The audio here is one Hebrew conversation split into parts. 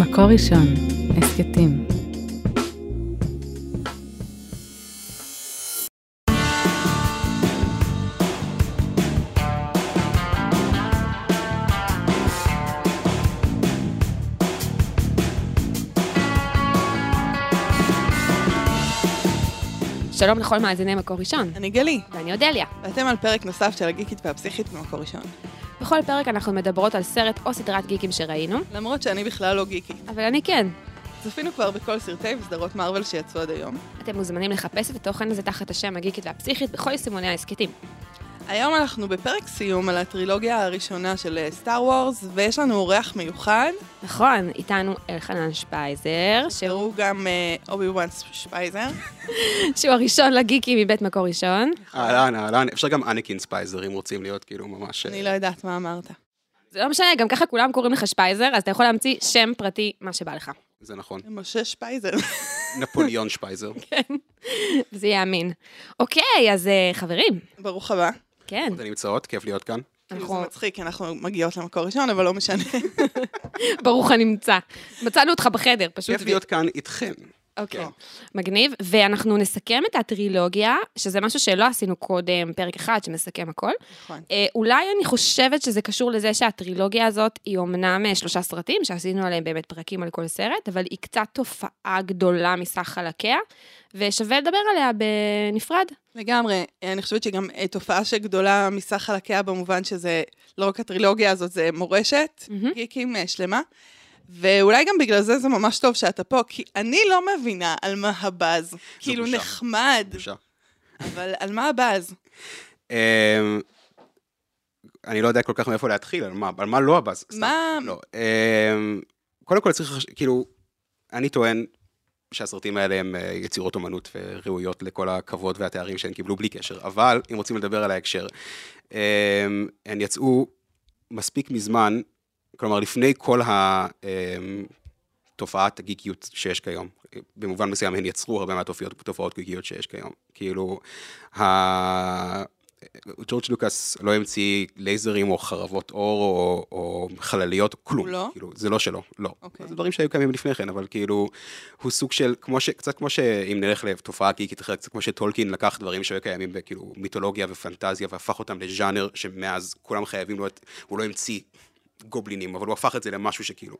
מקור ראשון, הסכתים. שלום לכל מאזיני מקור ראשון, אני גלי, ואני אודליה. ואתם על פרק נוסף של הגיקית והפסיכית במקור ראשון. בכל פרק אנחנו מדברות על סרט או סדרת גיקים שראינו, למרות שאני בכלל לא גיקית. אבל אני כן. צפינו כבר בכל סרטי וסדרות מארוול שיצאו עד היום. אתם מוזמנים לחפש את התוכן הזה תחת השם הגיקית והפסיכית בכל סימוני ההסכתים. היום אנחנו בפרק סיום על הטרילוגיה הראשונה של סטאר וורס, ויש לנו אורח מיוחד, נכון, איתנו אלחנן שפייזר, שהוא, שהוא גם אה, אובי וואן שפייזר. שהוא הראשון לגיקים מבית מקור ראשון. אהלן, אהלן, אפשר גם אנקין ספייזר, אם רוצים להיות כאילו ממש... אני לא יודעת מה אמרת. זה לא משנה, גם ככה כולם קוראים לך שפייזר, אז אתה יכול להמציא שם פרטי, מה שבא לך. זה נכון. משה שפייזר. נפוליאון שפייזר. כן. זה יהיה אמין. אוקיי, אז אה, חברים, ברוך הבא. כן, אתן נמצאות, כיף להיות כאן. כאילו, אנחנו, זה מצחיק, כי אנחנו מגיעות למקור ראשון, אבל לא משנה. ברוך הנמצא. מצאנו אותך בחדר, פשוט. כיף להיות כאן איתכם. אוקיי, כן. מגניב. ואנחנו נסכם את הטרילוגיה, שזה משהו שלא עשינו קודם, פרק אחד שמסכם הכל. נכון. אה, אולי אני חושבת שזה קשור לזה שהטרילוגיה הזאת היא אומנם אה, שלושה סרטים, שעשינו עליהם באמת פרקים על כל סרט, אבל היא קצת תופעה גדולה מסך חלקיה, ושווה לדבר עליה בנפרד. לגמרי. אני חושבת שגם אה, תופעה שגדולה מסך חלקיה במובן שזה לא רק הטרילוגיה הזאת, זה מורשת, מהמם. גיקים אה, שלמה. ואולי גם בגלל זה זה ממש טוב שאתה פה, כי אני לא מבינה על מה הבאז. כאילו בושה. נחמד, בבקשה. אבל על מה הבאז? אמ, אני לא יודע כל כך מאיפה להתחיל, על מה, על מה לא הבאז. סתם. מה- לא. אמ, קודם כל צריך, לחש- כאילו, אני טוען שהסרטים האלה הם אה, יצירות אומנות וראויות לכל הכבוד והתארים שהם קיבלו בלי קשר, אבל אם רוצים לדבר על ההקשר, אמ, הן יצאו מספיק מזמן, כלומר לפני כל ה... אמ, תופעת הגיקיות שיש כיום. במובן מסוים הן יצרו הרבה מהתופעות תופעות גיקיות שיש כיום. כאילו, ה... ג'ורג' לוקאס לא המציא לייזרים או חרבות אור או, או חלליות, כלום. הוא לא? כאילו, זה לא שלו, לא. אוקיי. Okay. זה דברים שהיו קיימים לפני כן, אבל כאילו, הוא סוג של, כמו ש, קצת כמו שאם נלך לתופעה גיקית אחרת, קצת כמו שטולקין לקח דברים שהיו קיימים בכאילו מיתולוגיה ופנטזיה והפך אותם לז'אנר שמאז כולם חייבים להיות, הוא לא המציא גובלינים, אבל הוא הפך את זה למשהו שכאילו.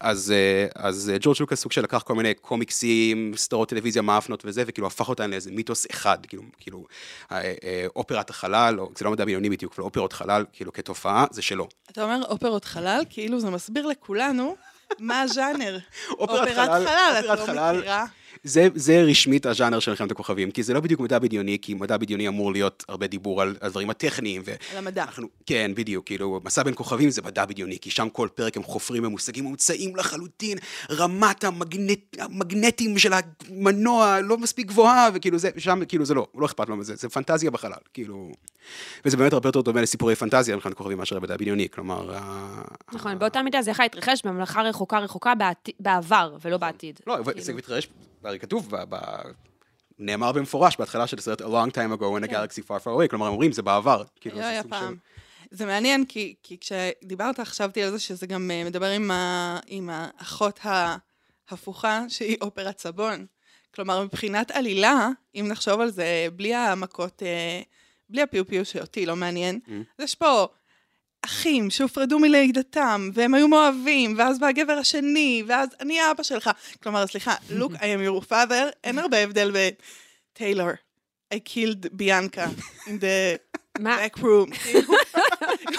אז, אה, אז אה, ג'ורג' לוקאס סוג שלקח כל מיני קומיקסים, סדרות טלוויזיה, מאפנות וזה, וכאילו הפך אותן לאיזה מיתוס אחד, כאילו, כאילו אה, אה, אופרת החלל, או זה לא מדע בניוני בדיוק, אבל אופרות חלל, כאילו כתופעה, זה שלו. אתה אומר אופרות חלל, כאילו זה מסביר לכולנו מה הז'אנר. אופרת את לא חלל, מכירה. זה, זה רשמית הז'אנר של מלחמת הכוכבים, כי זה לא בדיוק מדע בדיוני, כי מדע בדיוני אמור להיות הרבה דיבור על הדברים הטכניים. ו... על המדע. אנחנו, כן, בדיוק, כאילו, מסע בין כוכבים זה מדע בדיוני, כי שם כל פרק הם חופרים במושגים מומצאים לחלוטין, רמת המגנט, המגנטים של המנוע לא מספיק גבוהה, וכאילו זה, שם, כאילו זה לא, לא אכפת לו מזה, זה פנטזיה בחלל, כאילו... וזה באמת הרבה יותר דומה לסיפורי פנטזיה במלחמת כוכבים מאשר למדע בדיוני, כלומר... ה- נכון, באותה מידה זה יכול להתרחש בממלכה רחוקה רחוקה בעתי- בעבר, ולא בעתיד. לא, אבל כאילו. זה מתרחש, הרי כתוב, ב- ב- נאמר במפורש בהתחלה של הסרט A Long Time Ago when a Galaxy Far Far Away, כלומר, הם אומרים, זה בעבר. כאילו, לא כן. זה היה סוג של- פעם. זה מעניין, כי, כי כשדיברת חשבתי על זה שזה גם אה, מדבר עם, ה, עם האחות ההפוכה, שהיא אופרת סבון. כלומר, מבחינת עלילה, אם נחשוב על זה בלי המכות, אה, בלי הפיו-פיו שאותי לא מעניין, Mhm. אז יש פה אחים שהופרדו מלידתם, והם היו מאוהבים, ואז בא הגבר השני, ואז אני האבא שלך. כלומר, סליחה, look, I am your father, אין הרבה הבדל ב... טיילור, I killed ביאנקה in the מה? back room. כאילו,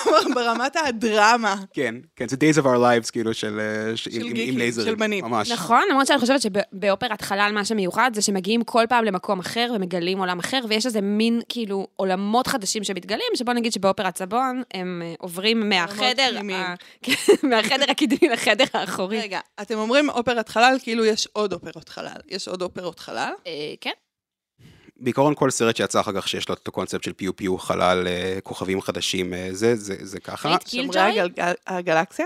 כלומר, ברמת הדרמה. כן, כן, זה Days of Our Lives, כאילו, של... אה, ש- עם- עם- גיקים, עם לייזרים. של בנים. ממש. נכון, למרות שאני חושבת שבאופרת חלל מה שמיוחד זה שמגיעים כל פעם למקום אחר ומגלים עולם אחר, ויש איזה מין כאילו עולמות חדשים שמתגלים, שבוא נגיד שבאופרת סבון הם אה, עוברים מהחדר, פנימיים. ה- כן, מהחדר הקדמי לחדר האחורי. רגע, אתם אומרים אופרת חלל, כאילו יש עוד אופרות חלל. יש עוד אופרות חלל? אה, כן, בעיקרון כל סרט שיצא אחר כך שיש לו את הקונספט של פיו פיו, חלל, אה, כוכבים חדשים, אה, זה, זה, זה ככה. ראית שומרי קילג'וי? הגל- הגלקסיה?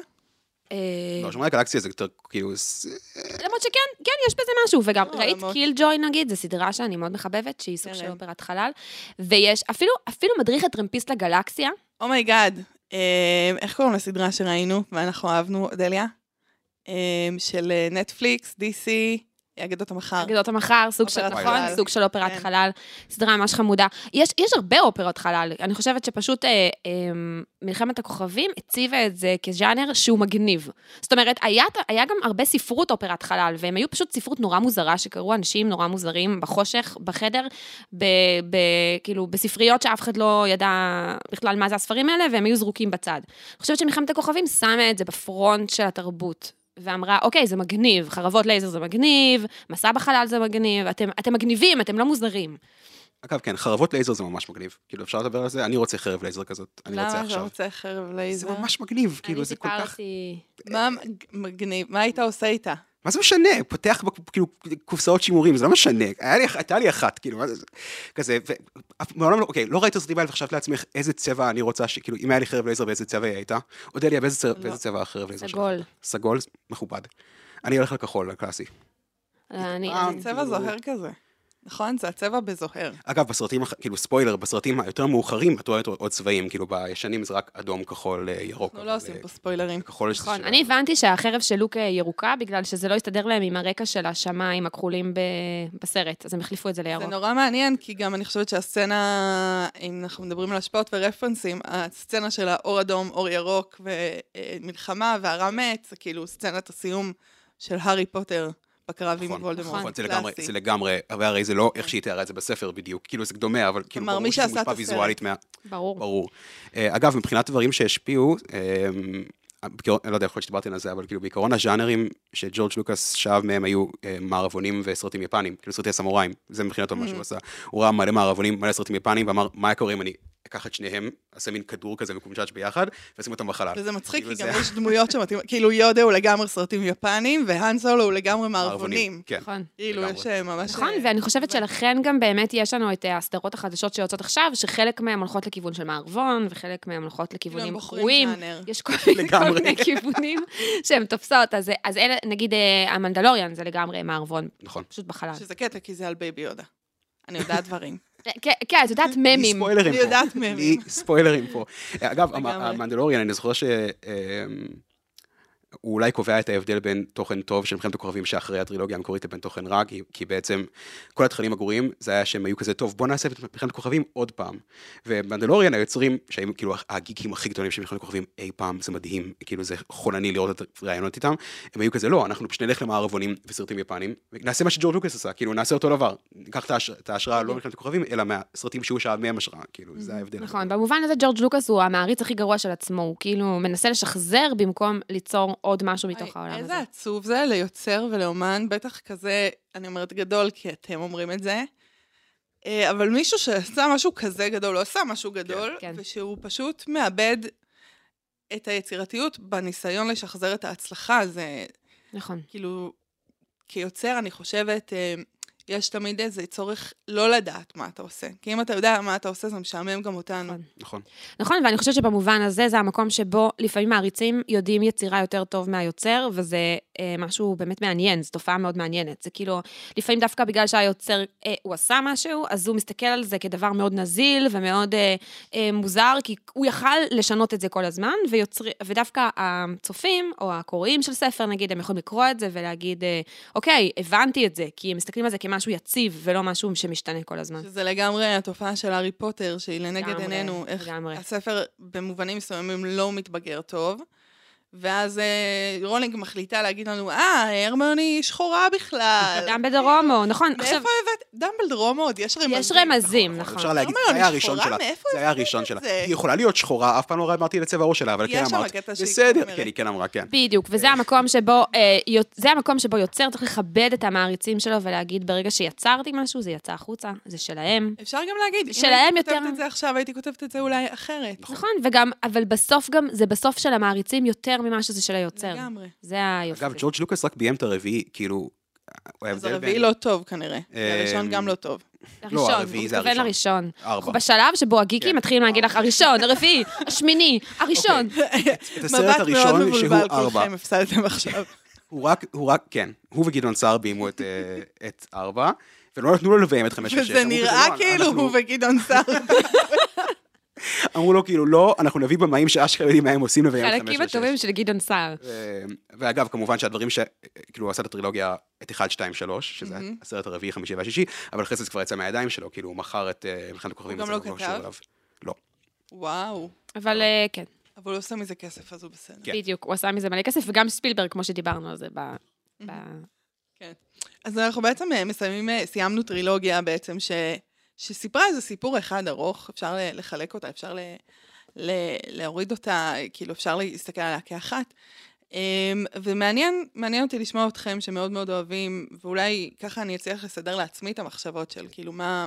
אה, לא, שומרי הגלקסיה זה יותר, כאילו, ס- למרות שכן, כן, יש בזה משהו. וגם לא, ראית למרות- קילג'וי נגיד, זו סדרה שאני מאוד מחבבת, שהיא סוג של כן. אופרת חלל, ויש אפילו אפילו מדריך הטרמפיסט לגלקסיה, אה, אומייגאד. איך קוראים לסדרה שראינו ואנחנו אהבנו, אודליה? אה, של אה, נטפליקס, DC, אגדות המחר. אגדות המחר, סוג של, אופרת נכון? חלל. סוג של אופרת כן. חלל, סדרה ממש חמודה. יש, יש הרבה אופרות חלל, אני חושבת שפשוט אה, אה, מלחמת הכוכבים הציבה את זה כז'אנר שהוא מגניב. זאת אומרת, היה, היה גם הרבה ספרות אופרת חלל, והם היו פשוט ספרות נורא מוזרה, שקראו אנשים נורא מוזרים בחושך, בחדר, ב, ב, כאילו, בספריות שאף אחד לא ידע בכלל מה זה הספרים האלה, והם היו זרוקים בצד. אני חושבת שמלחמת הכוכבים שמה את זה בפרונט של התרבות. ואמרה, אוקיי, זה מגניב, חרבות לייזר זה מגניב, מסע בחלל זה מגניב, אתם, אתם מגניבים, אתם לא מוזרים. אגב, כן, חרבות לייזר זה ממש מגניב. כאילו, אפשר לדבר על זה? אני רוצה חרב לייזר כזאת, אני רוצה למה אתה עכשיו. רוצה חרב זה לייזר? ממש מגניב, כאילו, זה כל כך... סיפרתי... מה מג- מגניב, מה היית עושה איתה? מה זה משנה? פותח בק- כאילו קופסאות שימורים, זה לא משנה. היה לי, אח- הייתה לי אחת, כאילו, מה זה, זה- כזה, ומעולם לא, אוקיי, לא ראית סרטים האלה וחשבת לעצמך איזה צבע אני רוצה, ש- כאילו, אם היה לי חרב לייזר, באיזה צבע היא הייתה? עוד היה לי באיזה צבע- לא. באיזה צבע החרב לייזר שלך? סגול. סגול, מכובד. אני הולך לכחול, לקלאסי. אני... אה, אני- צבע זוהר כזה. נכון? זה הצבע בזוהר. אגב, בסרטים, הח- כאילו, ספוילר, בסרטים היותר מאוחרים, את רואה עוד צבעים, כאילו, בישנים זה רק אדום, כחול, אה, ירוק. אנחנו אבל, לא אה, עושים פה ספוילרים. כחול שזה נכון, של- אני הבנתי שהחרב של לוק אה, ירוקה, בגלל שזה לא הסתדר להם עם הרקע של השמיים הכחולים ב- בסרט, אז הם החליפו את זה לירוק. זה נורא מעניין, כי גם אני חושבת שהסצנה, אם אנחנו מדברים על השפעות ורפרנסים, הסצנה של האור אדום, אור ירוק ומלחמה והרע מת, זה כאילו סצנת הסיום של הארי פוטר בקרב עם נכון, וולדמורט. נכון, זה לגמרי, קלאסי. זה לגמרי, והרי זה לא איך שהיא תיארה את זה בספר בדיוק, כאילו זה דומה, אבל כאילו כלומר, ברור מי שזה שעשה את מושפע הסרט. ויזואלית מה... ברור. ברור. אה, אגב, מבחינת דברים שהשפיעו, אה, בעיקרון- אני לא יודע, יכול להיות שדיברתי על זה, אבל כאילו בעיקרון הז'אנרים שג'ורג' לוקאס שאב מהם היו אה, מערבונים וסרטים יפניים, כאילו סרטי סמוראים, זה מבחינתו Mm. מה שהוא עשה. הוא ראה מלא מערבונים, מלא סרטים יפניים, ואמר, מה היה קורה אם אני אקח את שניהם, אעשה מין כדור כזה מקומשץ' ביחד, ואשים אותם בחלל. וזה מצחיק, כי כאילו, גם זה- יש דמויות שמתאימות, כאילו יודה הוא לגמרי סרטים יפניים, והאן סולו הוא לגמרי מערבונים. כן. נכון. כאילו, לגמרי. יש אה, ממש... נכון, אה, ואני חושבת שלכן גם באמת יש לנו את אה, הסדרות החדשות שיוצאות עכשיו, שחלק מהן הולכות לכיוון של מערבון, וחלק מהן הולכות כאילו, הם לכיוונים בוחרים קרועים. ז'אנר. יש כל מיני, כל לגמרי. מיני כיוונים שהן תופסות. אז, אז אלה, נגיד אה, המנדלוריאן זה לגמרי מערבון, נכון. פשוט בחלל. שזה קטע, כי זה על בייבי יודה. אני יודעת דברים. כן, כן, את יודעת, בלי ממים. ספוילרים אני פה. יודעת מהם. בלי ספוילרים פה. אגב, המ- לגמרי. המנדלוריאן, אני זוכר ש... אמ, הוא אולי קובע את ההבדל בין תוכן טוב של מלחמת הכוכבים שאחרי הטרילוגיה המקורית לבין תוכן רע, כי, כי בעצם כל התכנים הגרועים זה היה שהם היו כזה, טוב, בוא נעשה את מלחמת הכוכבים עוד פעם. ומנדלוריאן היוצרים, שהיו כאילו הגיקים הכי גדולים של מלחמת הכוכבים אי פעם, זה מדהים, כאילו זה חולני לראות את הראיונות איתם, הם היו כזה, לא, אנחנו פשוט נלך למערבונים וסרטים יפניים, נעשה מה שג'ורג' לוקאס עשה, כאילו נעשה אותו דבר, ניקח את ההש- את ההשראה לא מלחמת הכוכבים, אלא מהסרטים שהוא שאל מהם השראה, כאילו, Mhm, זה ההבדל. נכון, במובן הזה ג'ורג' לוקאס הוא המעריץ הכי גרוע של עצמו, הוא כאילו מנסה לשחזר במקום ליצור עוד משהו מתוך אוי, העולם הזה. איזה עצוב זה ליוצר ולאומן, בטח כזה, אני אומרת גדול, כי אתם אומרים את זה. אה, אבל מישהו שעשה משהו כזה גדול, לא עשה משהו גדול, כן. ושהוא פשוט מאבד את היצירתיות בניסיון לשחזר את ההצלחה, זה נכון. כאילו, כיוצר, אני חושבת, אה, יש תמיד איזה צורך לא לדעת מה אתה עושה. כי אם אתה יודע מה אתה עושה, זה משעמם גם אותנו. נכון. נכון. נכון, ואני חושבת שבמובן הזה זה המקום שבו לפעמים מעריצים יודעים יצירה יותר טוב מהיוצר, וזה אה, משהו באמת מעניין, זו תופעה מאוד מעניינת. זה כאילו, לפעמים דווקא בגלל שהיוצר, אה, הוא עשה משהו, אז הוא מסתכל על זה כדבר מאוד נזיל ומאוד אה, אה, מוזר, כי הוא יכל לשנות את זה כל הזמן, ויוצר, ודווקא הצופים, או הקוראים של ספר, נגיד, הם יכולים לקרוא את זה ולהגיד, אה, אוקיי, הבנתי את זה, כי הם מסתכלים על זה כמשהו יציב, ולא משהו שמשתנה כל הזמן. שזה לגמרי התופעה של הארי פוטר, שהיא לנגד לגמרי, עינינו, איך לגמרי. הספר במובנים מסוימים לא מתבגר טוב, ואז אה, רולינג מחליטה להגיד לנו, אה, הרמיוני היא שחורה בכלל. גם בדרומו, נכון. עכשיו, מאיפה הבאת? דמבלדרום עוד, יש רמזים. יש רמזים, נכון. אפשר להגיד, למה זה לא היה אני הראשון שחורה? שלה, מאיפה זה היה הראשון שלה. זה? היא יכולה להיות שחורה, אף פעם לא אמרתי לצבע העור שלה, אבל כן יש שם אמרת, הקטע שהיא בסדר, אומרת. כן, היא כן אמרה, כן. בדיוק, וזה המקום שבו, אה, יוצ- זה המקום שבו יוצר צריך לכבד את המעריצים שלו ולהגיד, ברגע שיצרתי משהו, זה יצא החוצה, זה שלהם. אפשר גם להגיד, אם נכון. שלהם הייתי יותר- כותבת את זה עכשיו, הייתי כותבת את זה אולי אחרת. נכון, וגם, אבל בסוף גם, זה בסוף של המעריצים יותר ממה שזה של היוצר. נכון. לגמרי. זה היופי. אגב, ג'ורג' לוקאס רק ביים את הרביעי, כאילו... אז ההבדל הרביעי בין- לא טוב כנראה, אה, והראשון גם לא טוב. הראשון, לא, הוא הרביעי זה מתכוון הראשון. לראשון. ארבע. אנחנו בשלב שבו הגיקים כן. אוקיי. מתחילים להגיד לך, הראשון, הרביעי, השמיני, הראשון. את הסרט מבט מאוד הראשון, שהוא מבולבל, ארבע. כולכם הפסדתם עכשיו. הוא רק, הוא רק, כן, הוא וגדעון סער ביימו את, אה, את ארבע, ולא נתנו לו לביים את חמש ושש. וזה אמרו כזה, נראה "לא, כאילו אנחנו- הוא וגדעון סער אמרו לו, כאילו, לא, אנחנו נביא במאים שאשכרה יודעים מה הם עושים לביים את חמש חלקים ושש. הטובים של גדעון סער. ו- ואגב, כמובן שהדברים ש... כאילו, הוא עשה את הטרילוגיה, את 1, 2, 3, שזה מהמם. הסרט הרביעי, חמישי והשישי, אבל אחרי זה זה כבר יצא מהידיים שלו, כאילו, הוא מכר את אה, מלחמת הכוכבים. הוא גם וזה לא כבר כתב? קשור אליו. לא. וואו. אבל אה, כן, אבל הוא עושה מזה כסף, אז הוא בסדר. כן. בדיוק, הוא עשה מזה מלא כסף, וגם ספילברג, כמו שדיברנו על זה ב... ב- כן. אז אנחנו בעצם אה, מסיימים, אה, סיימנו טרילוגיה בעצם, ש, שסיפרה איזה סיפור אחד ארוך, אפשר ל- לחלק אותה, אפשר ל, ל, להוריד אותה, אה, כאילו אפשר להסתכל עליה כאחת. אמ, ומעניין, מעניין אותי לשמוע אתכם שמאוד מאוד אוהבים, ואולי ככה אני אצליח לסדר לעצמי את המחשבות של כאילו מה,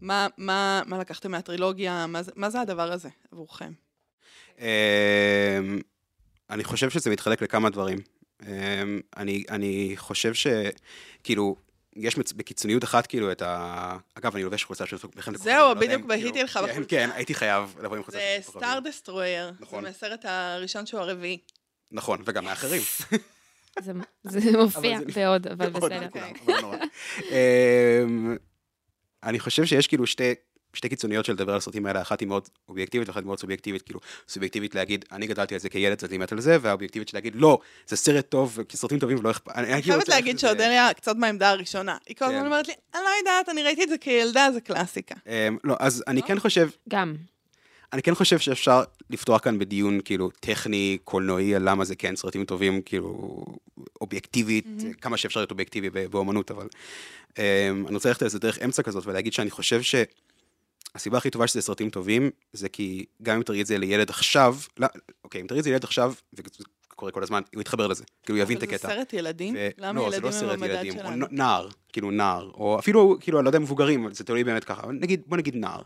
מה, מה, מה לקחתם מהטרילוגיה, מה, זה- מה זה הדבר הזה עבורכם? אמ, אני חושב שזה מתחלק לכמה דברים. אמ, אני, אני חושב שכאילו, יש מצ... בקיצוניות אחת כאילו את ה... אגב, אני לובש חולצה של מלחמת הכוכבים. זהו, אני לא יודע בדיוק אם, בהיתי כאילו- לך כן, בחולצה. כן, הייתי חייב לבוא עם חולצה של זה מלחמת הכוכבים. סטאר דסטרויר, זה נכון. מהסרט הראשון שהוא הרביעי. נכון, וגם האחרים. זה- זה מופיע אבל בעוד, אבל מאוד, בסדר. לכולם, נכון, אבל נורא. אמ, אני חושב שיש כאילו שתי... שתי קיצוניות של לדבר על הסרטים האלה, אחת היא מאוד אובייקטיבית ואחת מאוד סובייקטיבית, כאילו, סובייקטיבית להגיד, אני גדלתי על זה כילד, אז אני מת על זה, והאובייקטיבית שלהגיד, לא, זה סרט טוב, כי סרטים טובים ולא אכפת. אני כאילו אני חייבת להגיד שאודליה קצת בעמדה הראשונה. היא כל הזמן כן. אומרת לי, אני לא יודעת, אני ראיתי את זה כילדה, זה קלאסיקה. אמ, לא, אז אני כן חושב, גם. אני כן חושב שאפשר לפתוח כאן בדיון כאילו טכני, קולנועי, על למה זה כן סרטים טובים, כאילו אובייקטיבית, כמה שאפשר להיות אובייקטיבי ב- באומנות, אבל אמ, אני רוצה ללכת לאיזה דרך אמצע כזאת ולהגיד שאני חושב ש... הסיבה הכי טובה שזה סרטים טובים, זה כי גם אם תראי את זה לילד עכשיו, לא, אוקיי, אם תראי את זה לילד עכשיו, וזה קורה כל הזמן, הוא יתחבר לזה, כאילו הוא יבין את אבל הקטע. זה סרט ילדים? ו- למה לא, זה לא ילדים הם סרט המדד ילדים, או שלנו? נ- נער, כאילו נער, או אפילו, כאילו, אני לא יודע אם מבוגרים, אבל זה תלוי באמת ככה, אבל נגיד, בוא נגיד נער.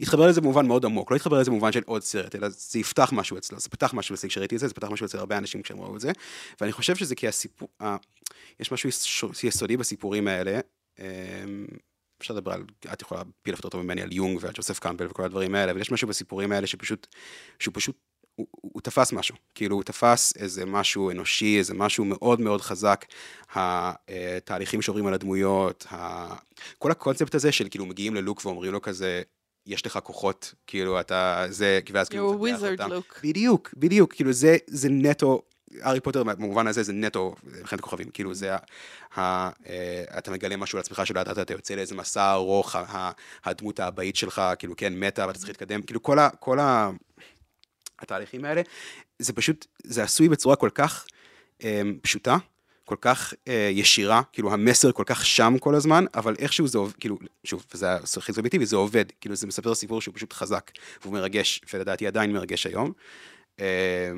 התחבר לזה במובן מאוד עמוק, לא התחבר לזה במובן של עוד סרט, אלא זה יפתח משהו אצלו, זה פתח משהו אצלי כשראיתי את זה, זה פתח משהו אצל הרבה אנשים כשהם ראו את זה, ואני חושב שזה כי הסיפור, ה- יש משהו יש- יסודי בסיפורים האלה, אמ, אפשר לדבר על, את יכולה להפיל יותר טוב ממני על יונג ועל ג'וסף קמפל וכל הדברים האלה, אבל יש משהו בסיפורים האלה שפשוט, שהוא פשוט הוא, הוא הוא תפס משהו, כאילו הוא תפס איזה משהו אנושי, איזה משהו מאוד מאוד חזק, התהליכים שעוברים על הדמויות, ה... כל הקונספט הזה של כאילו מגיעים ללוק ואומרים לו כזה, יש לך כוחות, כאילו אתה, זה, ואז You're כאילו... a הוא מפתח wizard אותם. look. בדיוק, בדיוק, כאילו זה, זה נטו, הארי פוטר במובן הזה זה נטו מלחמת הכוכבים, כאילו זה, ה, ה, אה, אתה מגלה משהו על עצמך שלא ידעת, אתה יוצא לאיזה מסע ארוך, ה, ה, הדמות האבאית שלך, כאילו כן, מתה ואתה צריך להתקדם, כאילו כל, ה, כל ה, התהליכים האלה, זה פשוט, זה עשוי בצורה כל כך אה, פשוטה, כל כך אה, ישירה, כאילו המסר כל כך שם כל הזמן, אבל איכשהו זה עובד, כאילו, שוב, זה הכי סובייקטיבי, זה עובד, כאילו זה מספר סיפור שהוא פשוט חזק, והוא מרגש, ולדעתי עדיין מרגש היום. אה,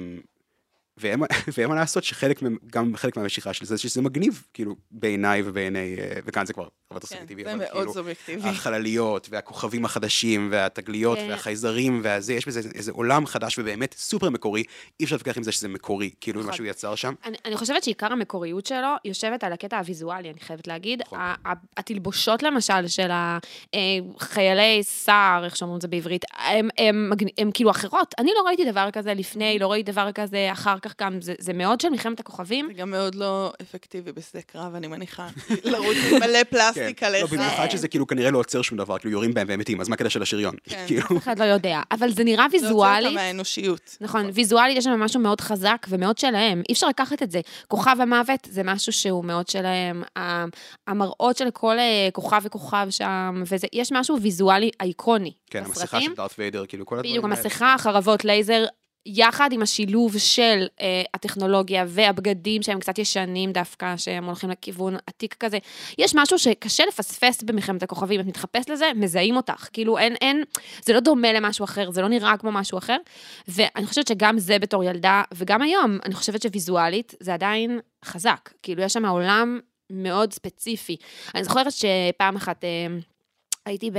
ואין מה- ואין מה לעשות שחלק, מהם- גם חלק מהמשיכה של זה, שזה מגניב, כאילו, בעיניי ובעיני, אה, וכאן זה כבר הרבה יותר כן, סובייקטיבי, זה אבל כאילו, מאוד סובייקטיבי. החלליות, והכוכבים החדשים, והתגליות, כן. והחייזרים, והזה, יש בזה איזה- איזה עולם חדש ובאמת סופר מקורי, אי אפשר להתווכח עם זה שזה מקורי, כאילו מה נכון. שהוא יצר שם. אני, אני חושבת שעיקר המקוריות שלו יושבת על הקטע הוויזואלי, אני חייבת להגיד. נכון. ה- ה- התלבושות למשל של החיילי סער, איך שאומרים את זה בעברית, הם, הם, מגנ- הם כאילו אחרות. אני לא ראיתי דבר כזה לפני, לא ראיתי דבר כזה אחר כך גם, זה, זה מאוד של מלחמת הכוכבים. זה גם מאוד לא אפקטיבי בשדה קרב, אני מניחה. לרוץ עם מלא פלסטיק על לא, איך... במיוחד שזה כאילו כנראה לא עוצר שום דבר, כאילו יורים בהם והם מתים, אז מה הקטע של השריון? כן. כאילו, אף אחד לא יודע, אבל זה נראה להוציא אותה ויזואלית. מהאנושיות. נכון, ויזואלית יש שם משהו מאוד חזק ומאוד שלהם, אי אפשר לקחת את זה. כוכב המוות זה משהו שהוא מאוד שלהם, ה- המראות של כל אה, כוכב וכוכב שם, ויש משהו ויזואלי אייקוני כן, המסכה של דארט ויידר, כאילו כל הדברים בדיוק, האלה. המסכה, החרבות לייזר, יחד עם השילוב של אה, הטכנולוגיה והבגדים שהם קצת ישנים דווקא, שהם הולכים לכיוון עתיק כזה. יש משהו שקשה לפספס במלחמת הכוכבים, את מתחפש לזה, מזהים אותך. כאילו, אין, אין, זה לא דומה למשהו אחר, זה לא נראה כמו משהו אחר. ואני חושבת שגם זה בתור ילדה, וגם היום, אני חושבת שוויזואלית זה עדיין חזק. כאילו, יש שם עולם מאוד ספציפי. אני זוכרת שפעם אחת אה, הייתי ב...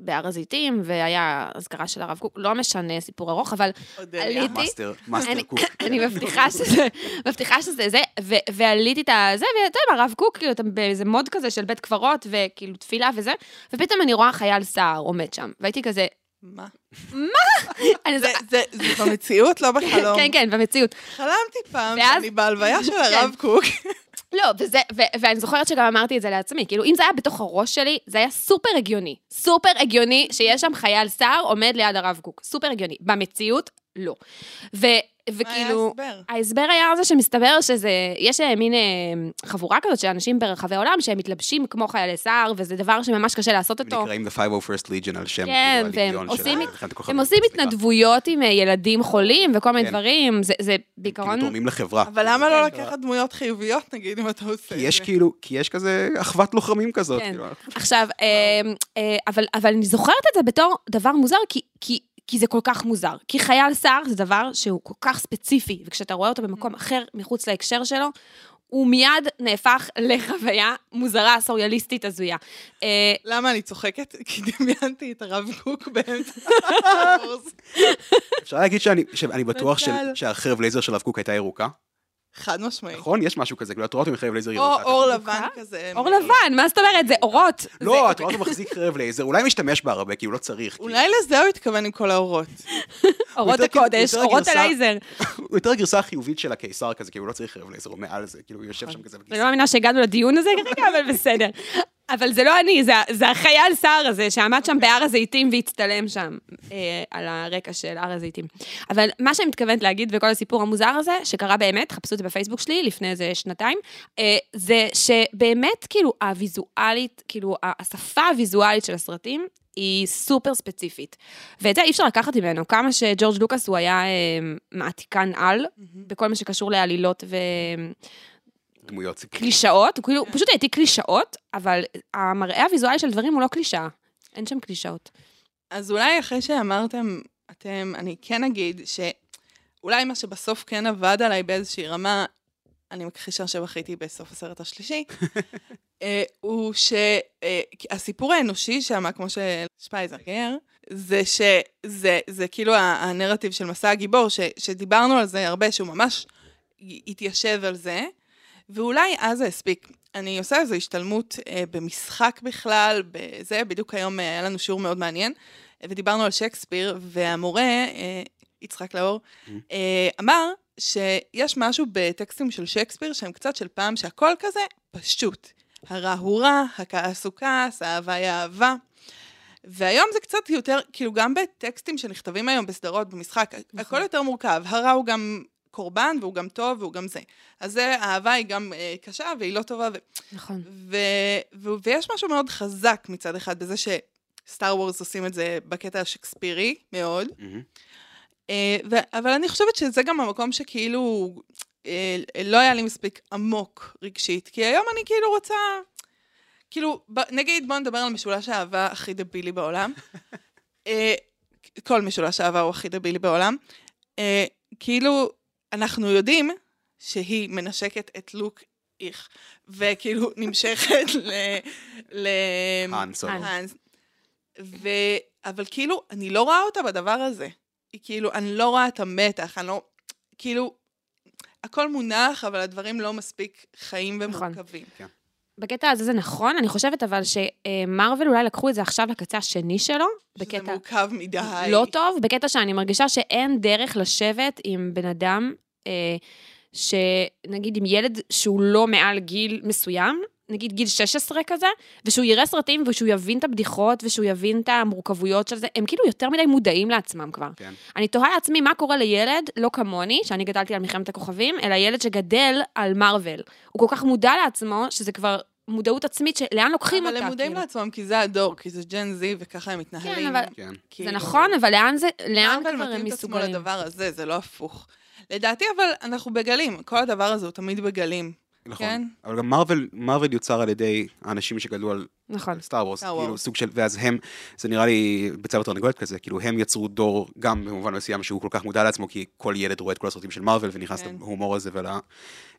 בהר הזיתים, והיה אזכרה של הרב קוק, לא משנה, סיפור ארוך, אבל אודליה. עליתי. מאסטר, מאסטר אני- קוק. כן. אני מבטיחה שזה, מבטיחה שזה זה, ו- ועליתי את הזה, ואתה יודע, הרב קוק, כאילו, אתה באיזה מוד כזה של בית קברות, וכאילו תפילה וזה, ופתאום אני רואה חייל סער עומד שם, והייתי כזה, מה? אני זה- זה זה במציאות, לא בחלום. כן, כן, במציאות. חלמתי פעם ואז- שאני בהלוויה של כן. הרב קוק. לא, וזה, ו- ואני זוכרת שגם אמרתי את זה לעצמי, כאילו, אם זה היה בתוך הראש שלי, זה היה סופר הגיוני. סופר הגיוני שיש שם חייל שר עומד ליד הרב קוק. סופר הגיוני. במציאות, לא. ו- מה היה וכאילו... ההסבר? ההסבר היה זה שמסתבר שזה, יש אה, מין אה, חבורה כזאת של אנשים ברחבי העולם שהם מתלבשים כמו חיילי סער, וזה דבר שממש קשה לעשות הם אותו. נקראים The 501st Legion על שם, כן, כאילו, והם הלגיון עושים של הת- מלחמת הכוכבים, הם עושים סליחה. התנדבויות עם אה, ילדים חולים וכל מיני כן. דברים, זה- זה כאילו בעיקרון... תורמים לחברה. אבל למה כן. לא לקחת דמויות חיוביות, נגיד, אם אתה עושה את כן, כי זה? יש כאילו, כי יש כזה אחוות לוחמים כזאת. כן. כאילו, עכשיו, אה, אה, אבל, אבל אני זוכרת את זה בתור דבר מוזר, כי, כי, כי זה כל כך מוזר. כי חייל סער זה דבר שהוא כל כך ספציפי, וכשאתה רואה אותו Mm. במקום אחר, מחוץ להקשר שלו, הוא מיד נהפך לחוויה מוזרה, סוריאליסטית, הזויה. אה, למה אני צוחקת? כי דמיינתי את הרב קוק באמצע הקורס. אפשר להגיד שאני, שאני בטוח של- מזל. שהחרב לייזר של הרב קוק הייתה ירוקה, חד משמעית. נכון? יש משהו כזה, כאילו, את רואה אותו עם חרב לייזר אוקיי. או ירוקה. אור כזה. לבן כזה. אור לבן, מה זאת אומרת? זה אורות. לא, את רואה אותו מחזיק חרב לייזר, אולי משתמש בה הרבה, כי הוא לא צריך. כי- אולי לזה הוא התכוון עם כל האורות. זה אורות יותר כאילו- הקודש, יותר אורות גרסה- הלייזר. הוא יותר גרסה החיובית של הקיסר כזה, כי הוא לא צריך חרב לייזר, הוא מעל זה, כאילו, הוא יושב שם כזה אני בגיסה. לא מאמינה שהגענו לדיון הזה כרגע, אבל בסדר. אבל זה לא אני, זה, זה החייל סער הזה שעמד שם בהר הזיתים והצטלם שם אה, על הרקע של הר הזיתים. אבל מה שאני מתכוונת להגיד בכל הסיפור המוזר הזה, שקרה באמת, חפשו את זה בפייסבוק שלי לפני איזה שנתיים, אה, זה שבאמת כאילו הוויזואלית, כאילו ה- השפה הוויזואלית של הסרטים היא סופר ספציפית. ואת זה אי אפשר לקחת ממנו, כמה שג'ורג' לוקאס הוא היה אה, מעתיקן על, בכל מה שקשור לעלילות ו... דמויות סיפור. קלישאות, הוא כאילו, הוא פשוט העתיק קלישאות, אבל המראה הוויזואלי של דברים הוא לא קלישאה. אין שם קלישאות. אז אולי אחרי שאמרתם, אתם, אני כן אגיד שאולי מה שבסוף כן עבד עליי באיזושהי רמה, אני מכחישה שבכיתי בסוף הסרט השלישי, אה, הוא שהסיפור האנושי שם, כמו ששפייזר גר, זה שזה זה כאילו ה- הנרטיב של מסע הגיבור, ש, שדיברנו על זה הרבה, שהוא ממש התיישב על זה, ואולי אז זה הספיק. אני עושה איזו השתלמות אה, במשחק בכלל, בזה, בדיוק היום אה, היה לנו שיעור מאוד מעניין, אה, ודיברנו על שייקספיר, והמורה, אה, יצחק לאור, אה, אמר שיש משהו בטקסטים של שייקספיר שהם קצת של פעם, שהכל כזה פשוט. הרע הוא רע, הכעס הוא כעס, האהבה היא אהבה. והיום זה קצת יותר, כאילו גם בטקסטים שנכתבים היום בסדרות, במשחק, הכל יותר מורכב. הרע הוא גם קורבן, והוא גם טוב, והוא גם זה. אז זה, האהבה היא גם אה, קשה, והיא לא טובה, ו... נכון. ו... ו... ויש משהו מאוד חזק מצד אחד בזה שסטאר וורס עושים את זה בקטע השקספירי מאוד, מהמם. אה, ו- אבל אני חושבת שזה גם המקום שכאילו אה, לא היה לי מספיק עמוק רגשית, כי היום אני כאילו רוצה, כאילו, ב- נגיד בוא נדבר על משולש האהבה הכי דבילי בעולם. אה, כל משולש האהבה הוא הכי דבילי בעולם. אה, כאילו, אנחנו יודעים שהיא מנשקת את לוק איך, וכאילו נמשכת ל... ל... האנס, או לא. האנס. ו... אבל כאילו, אני לא רואה אותה בדבר הזה. היא כאילו, אני לא רואה את המתח, אני לא... כאילו, הכל מונח, אבל הדברים לא מספיק חיים נכון. ומורכבים. בקטע הזה זה נכון, אני חושבת אבל שמרוויל אולי לקחו את זה עכשיו לקצה השני שלו, שזה בקטע מורכב מדי. לא טוב, בקטע שאני מרגישה שאין דרך לשבת עם בן אדם, אה, שנגיד עם ילד שהוא לא מעל גיל מסוים, נגיד גיל 16 כזה, ושהוא יראה סרטים ושהוא יבין את הבדיחות ושהוא יבין את המורכבויות של זה, הם כאילו יותר מדי מודעים לעצמם כבר. כן. אני תוהה לעצמי מה קורה לילד, לא כמוני, שאני גדלתי על מלחמת הכוכבים, אלא ילד שגדל על מארוול. הוא כל כך מודע לעצמו, שזה כבר מודעות עצמית, שלאן לוקחים אותה, אבל הם מודעים כאילו. לעצמם, כי זה הדור, כי זה ג'ן זי, וככה הם מתנהלים. כאילו. אבל- כן. זה נכון, אבל לאן זה, לאן אבל כבר מתאים הם את עצמו מסוגלים? לדבר הזה, זה לא הפוך. לדעתי, אבל אנחנו בגלים. כל הדבר הזה הוא תמיד בגלים. כן. נכון. אבל גם מרוויל, מרוויל יוצר על ידי האנשים שגדלו על נכון. סטאר וורס, Star כאילו Wars. סוג של, ואז הם, זה נראה לי ביצה ותרנגולת כזה, כאילו הם יצרו דור, גם במובן מסוים שהוא כל כך מודע לעצמו, כי כל ילד רואה את כל הסרטים של מארוול ונכנס כן. להומור הזה ול...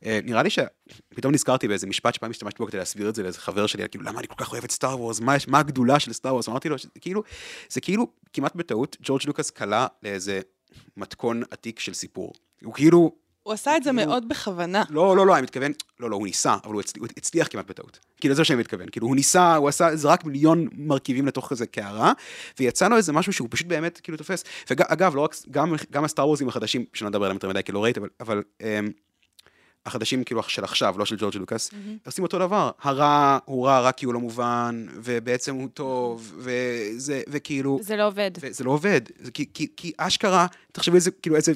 אה, נראה לי שפתאום נזכרתי באיזה משפט שפעם השתמשתי בו כדי להסביר את זה לאיזה חבר שלי, כאילו למה אני כל כך אוהב את סטאר וורס, מה, יש- מה הגדולה של סטאר וורס, אמרתי לו, שזה כאילו, זה כאילו כמעט בטעות, ג'ורג' לוקאס קלע לאיזה מתכון עתיק של סיפור. הוא כאילו, הוא עשה את זה כאילו- מאוד בכוונה. לא, לא, לא, אני מתכוון, לא, לא, הוא ניסה, אבל הוא, הצל, הוא הצליח כמעט בטעות. כאילו, זה מה שאני מתכוון. כאילו, הוא ניסה, הוא עשה, זה רק מיליון מרכיבים לתוך איזה קערה, ויצאנו איזה משהו שהוא פשוט באמת, כאילו, תופס. ואגב, לא רק, גם, גם הסטאר וורזים החדשים, שלא נדבר עליהם יותר מדי, כי לא ראית, אבל, אבל אמ, החדשים כאילו של עכשיו, לא של ג'ורג' לוקאס, עושים אותו דבר. הרע הוא רע רק כי הוא לא מובן, ובעצם הוא טוב, וזה, וכאילו... זה לא עובד. וזה לא עובד, זה כי, כי, כי אשכרה, תחשבי על זה, כאילו איזה,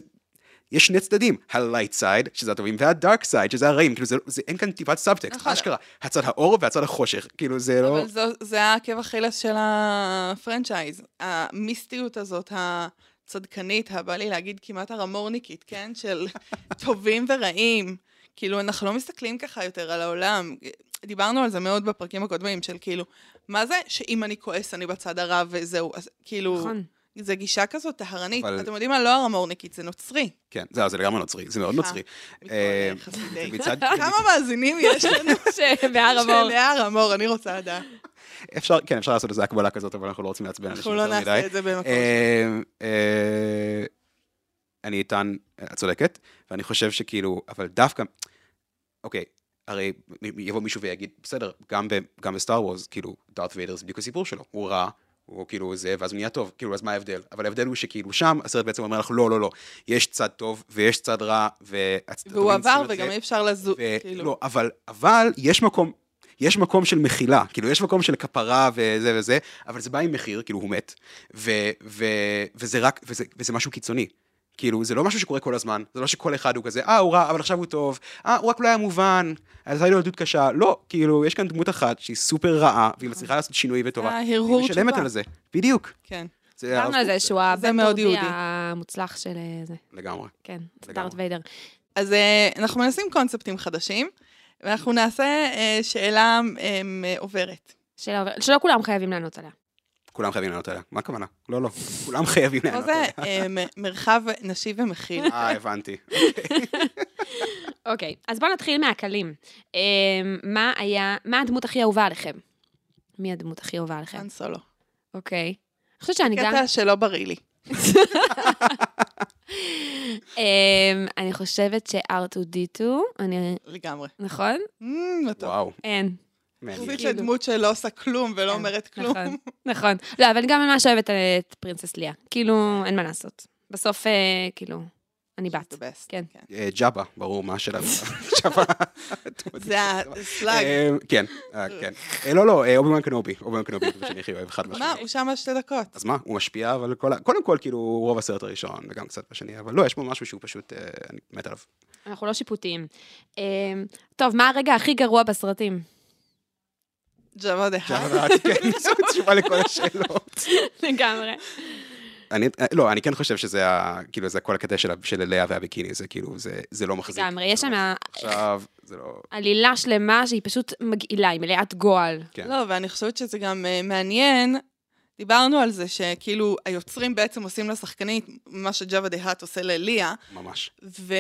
יש שני צדדים, ה-light side, שזה הטובים, וה-dark side, שזה הרעים, כאילו זה, זה, אין כאן טיפת סאבטקסט, נכון. אשכרה, הצד האור והצד החושך, כאילו זה לא... אבל זו- זה העקב אכילס של הפרנצ'ייז. המיסטיות הזאת, הצדקנית, הבא לי להגיד כמעט הרמורניקית, כן? של טובים ורעים. כאילו, אנחנו לא מסתכלים ככה יותר על העולם. דיברנו על זה מאוד בפרקים הקודמים, של כאילו, מה זה שאם אני כועס אני בצד הרע וזהו, אז כאילו, נכון. זה גישה כזאת טהרנית. אבל- אתם יודעים מה? לא הרמורניקית, זה נוצרי. כן, זה, זה לגמרי נוצרי, זה מאוד סליחה, נוצרי. מכל אה, חסידי. מצד- כמה מאזינים יש לנו שבהר המור. של הר המור? אני רוצה לדעת. אפשר, כן, אפשר לעשות איזה הקבלה כזאת, אבל אנחנו לא רוצים לעצבן אנשים אנחנו לא יותר מדי. נעשה את זה במקום. אה, אה, אני איתן, את צודקת, ואני חושב שכאילו, אבל דווקא, אוקיי, הרי יבוא מישהו ויגיד, בסדר, גם ב- גם בסטאר וורז, כאילו, דארת ויידר זה בדיוק הסיפור שלו, הוא רע. הוא כאילו זה, ואז הוא נהיה טוב, כאילו, אז מה ההבדל? אבל ההבדל הוא שכאילו שם, הסרט בעצם אומר לך, לא, לא, לא, יש צד טוב ויש צד רע, והצדדים והוא עבר עושים את וגם זה. אי אפשר לזוז, ו- כאילו. לא, אבל, אבל יש מקום, יש מקום של מחילה, כאילו יש מקום של כפרה וזה וזה, אבל זה בא עם מחיר, כאילו הוא מת, ו, ו, וזה רק, וזה, וזה משהו קיצוני. כאילו, זה לא משהו שקורה כל הזמן, זה לא שכל אחד הוא כזה, אה, הוא רע, אבל עכשיו הוא טוב, אה, הוא רק לא היה מובן, אז הייתה לו ילדות קשה. לא, כאילו, יש כאן דמות אחת שהיא סופר רעה, והיא מצליחה לעשות שינוי וטובה. ההרהור היא משלמת אה, תשובה. על זה, בדיוק. כן. זה הרב דיברנו על זה קוק, שהוא זה מאוד הבן-דודי יהודי. המוצלח של אה, זה. לגמרי. כן, זה לגמרי. דארט ויידר. אז אה, אנחנו מנסים קונספטים חדשים, ואנחנו נעשה אה, שאלה אה, עוברת. שאלה עוברת- שלא כולם חייבים לענות עליה. כולם חייבים לענות עליה. מה הכוונה? לא, לא. כולם חייבים פה לענות זה עליה. אה, מ- מרחב נשי ומכיל. כן. אה, הבנתי. אוקיי, אז בואו נתחיל מהקלים. אמ, מה היה, מה הדמות הכי אהובה עליכם? מי הדמות הכי אהובה עליכם? כאן סולו. אוקיי. אני חושבת שאני גם... קטע שלא בריא לי. אמ, אני חושבת ש-R2D2, אני... לגמרי. נכון? אמ, לא טוב. וואו, אין. מעניין. יחסית כאילו. לדמות שלא עושה כלום ולא כן, אומרת כלום. נכון, נכון. לא, אבל גם ממש אוהבת את פרינסס ליה. כאילו, אין מה לעשות. בסוף, אה, כאילו, אני בת. The best, כן. אה, ג'אבה, ברור, מה השאלה? ג'אבה. זה הסלאג. אה, כן, אה, כן. אה, לא, לא, אה, אובי-wan קנובי, אובי-wan קנובי, זה שאני הכי אוהב, חד מה, משמעית. הוא שם על שתי דקות. אז מה, הוא משפיע, אבל כל ה- קודם כל, כאילו, רוב הסרט הראשון, וגם קצת בשני, אבל לא, יש פה משהו שהוא פשוט, אה, אני מת עליו. אנחנו לא שיפוטיים. אמ, טוב, מה הרגע הכי גרוע בסרטים? ג'אווה דה האט. ג'אבה, כן, זו תשובה לכל השאלות. לגמרי. אני, אה, לא, אני כן חושב שזה, ה- כאילו, זה כל הקטע של ה- של לאה והביקיני, זה כאילו, זה- זה לא מחזיק. לגמרי. יש שם עכשיו, זה לא... עלילה שלמה שהיא פשוט מגעילה, היא מלאת גועל. כן. לא, ואני חושבת שזה גם אה, מעניין. דיברנו על זה שכאילו היוצרים בעצם עושים לשחקנית מה שג'אווה דה האט עושה לליה, ממש. ו,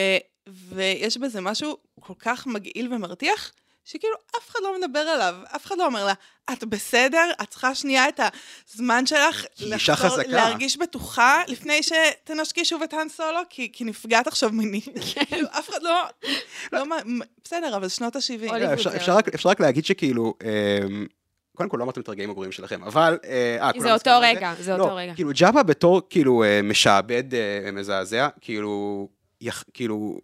ויש בזה משהו כל כך מגעיל ומרתיח, שכאילו אף אחד לא מדבר עליו, אף אחד לא אומר לה, את בסדר? את צריכה שנייה את הזמן שלך היא אישה חזקה." להרגיש בטוחה לפני שתנשקי שוב את האן סולו, כי, כי נפגעת עכשיו מינית. כאילו, אף אחד לא... לא מה- בסדר, אבל שנות ה-70. הוליווד אה, אפשר- זה אפשר רק- אפשר רק להגיד שכאילו, אמ, קודם כל לא אמרתם את הרגעים הגרועים שלכם, אבל... אה, אה, כולם זה אותו מסכימים על רגע, זה אותו רגע. לא, כאילו ג'אבה בתור כאילו אה, משעבד אה, מזעזע, כאילו... יח- כאילו,